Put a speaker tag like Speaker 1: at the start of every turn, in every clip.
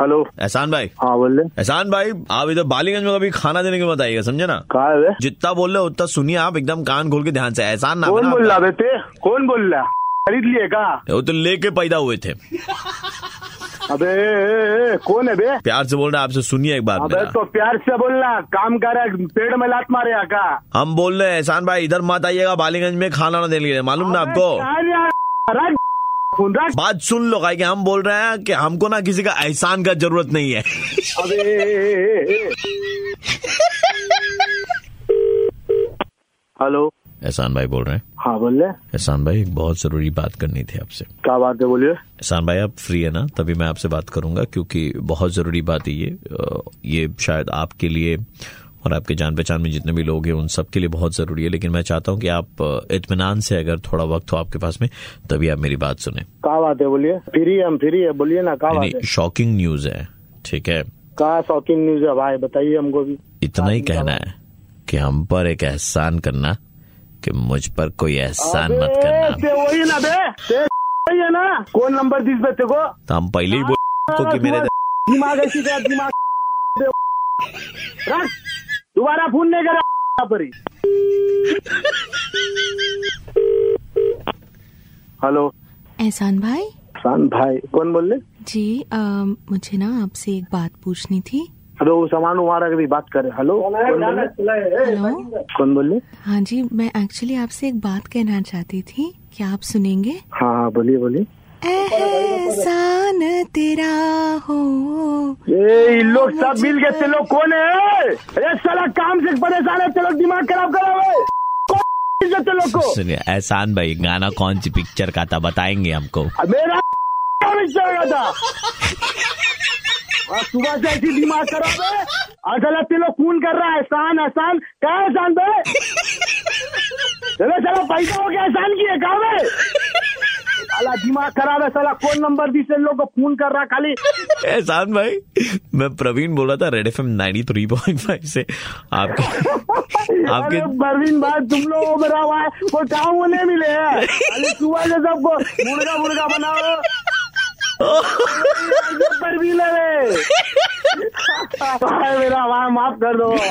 Speaker 1: Hello
Speaker 2: Ehsan भाई
Speaker 1: हाँ बोल रहे
Speaker 2: एहसान भाई आप इधर बालीगंज में कभी खाना देने के बताइएगा समझे ना
Speaker 1: कहा है बे?
Speaker 2: जितना बोल रहे हो उतना सुनिए आप एकदम कान खोल के ध्यान से एहसान नाम है
Speaker 1: कौन
Speaker 2: ना
Speaker 1: बोल रहा
Speaker 2: आपका।
Speaker 1: बेटे कौन बोल रहा खरीद लिए का
Speaker 2: वो तो लेके पैदा हुए थे
Speaker 1: अबे ए, ए, ए, कौन है बे
Speaker 2: प्यार से बोल रहे हैं आपसे सुनिए एक बार
Speaker 1: अबे तो प्यार से बोलना काम कर रहा है, पेड़ में लात मारे यहाँ का
Speaker 2: हम बोल रहे हैं एहसान भाई इधर मत आइएगा बालीगंज में खाना ना देने के लिए मालूम ना आपको
Speaker 1: अरे यार, राज, खून राज।
Speaker 2: बात सुन लो भाई कि हम बोल रहे हैं कि हमको ना किसी का एहसान का जरूरत नहीं है
Speaker 1: अबे ए, ए, ए, ए। हेलो
Speaker 2: एहसान भाई बोल रहे हैं
Speaker 1: हाँ बोल रहे
Speaker 2: एहसान भाई एक बहुत जरूरी बात करनी थी आपसे
Speaker 1: क्या बात है बोलिए
Speaker 2: एहसान भाई आप फ्री है ना तभी मैं आपसे बात करूंगा क्योंकि बहुत ज़रूरी बात है ये अ, ये शायद आपके लिए और आपके जान पहचान में जितने भी लोग हैं उन सबके लिए बहुत ज़रूरी है लेकिन मैं चाहता हूँ कि आप अ, इत्मीनान से अगर थोड़ा वक्त हो आपके पास में तभी आप मेरी बात सुने
Speaker 1: क्या बात है बोलिए फ्री है हम फ्री है बोलिए ना क्या बात है
Speaker 2: यानी शॉकिंग न्यूज़ है ठीक है
Speaker 1: क्या शॉकिंग न्यूज है भाई बताइए हमको भी
Speaker 2: इतना ही कहना है कि हम पर एक एहसान करना कि मुझ पर कोई एहसान मत
Speaker 1: अबे,
Speaker 2: करना
Speaker 1: ते वही ना बे ते वही है ना कौन नंबर दिस बे तेको
Speaker 2: तो हम पहले ही बोल आपको कि मेरे
Speaker 1: दिमाग ऐसी का दिमाग बे, रख दोबारा फोन नहीं करा यहाँ पर ही। हेलो
Speaker 3: एहसान भाई
Speaker 1: शान भाई कौन बोल रहे
Speaker 3: जी अ, मुझे ना आपसे एक बात पूछनी थी
Speaker 1: अबे वो सामान हमारा कभी बात करे हेलो कौन बोल रहे?
Speaker 3: हेलो
Speaker 1: कौन बोल रहे
Speaker 3: हाँ जी मैं एक्चुअली आपसे एक बात कहना चाहती थी क्या आप सुनेंगे
Speaker 1: हाँ हाँ बोलिए बोलिए
Speaker 3: एहसान तेरा हो
Speaker 1: ए इन लोग सब मिल गए ते लोग कौन है ये साला काम से परेशान है ते लोग दिमाग खराब करा हुए कौन है ते लोग को
Speaker 2: सुनिए एहसान भाई गाना कौन सी पिक्चर का था बताएंगे हमको
Speaker 1: मेरा विषय हो गया था और सुबह से ऐसी दिमाग खराब है अदालत ते लोग खून कर रहा है एहसान एहसान क्या एहसान बे चलो चलो पैसा हो गया एहसान की है कहा बे साला दिमाग खराब है साला कौन नंबर दी से लोग को खून कर रहा खाली
Speaker 2: एहसान भाई मैं प्रवीण बोल रहा था red F M ninety three point five से आपके आपके-
Speaker 1: आपके परवीन भाई तुम लोग उभरा हुआ है वो काम वो नहीं मिले हैं अरे सुबह से सबको मुर्गा मुर्गा बनाओ ये परवीन है रे। भाई मेरा भाई माफ कर दो भाई।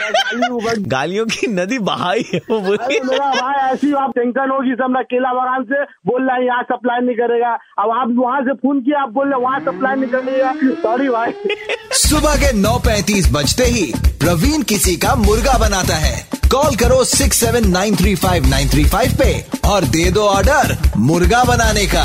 Speaker 1: मैं गाली उबक-
Speaker 2: गालियों की नदी बहाई है वो बोली
Speaker 1: अरे मेरा भाई ऐसी आप टेंशन होगी सब ना केला बागान से बोल रहा है यहाँ सप्लाई नहीं करेगा अब आप वहाँ से फोन किया आप बोल रहे हैं, वहाँ सप्लाई नहीं करेगा सॉरी भाई
Speaker 4: सुबह के 9:35 बजते ही प्रवीण किसी का मुर्गा बनाता है कॉल करो 6793595 पे और दे दो ऑर्डर मुर्गा बनाने का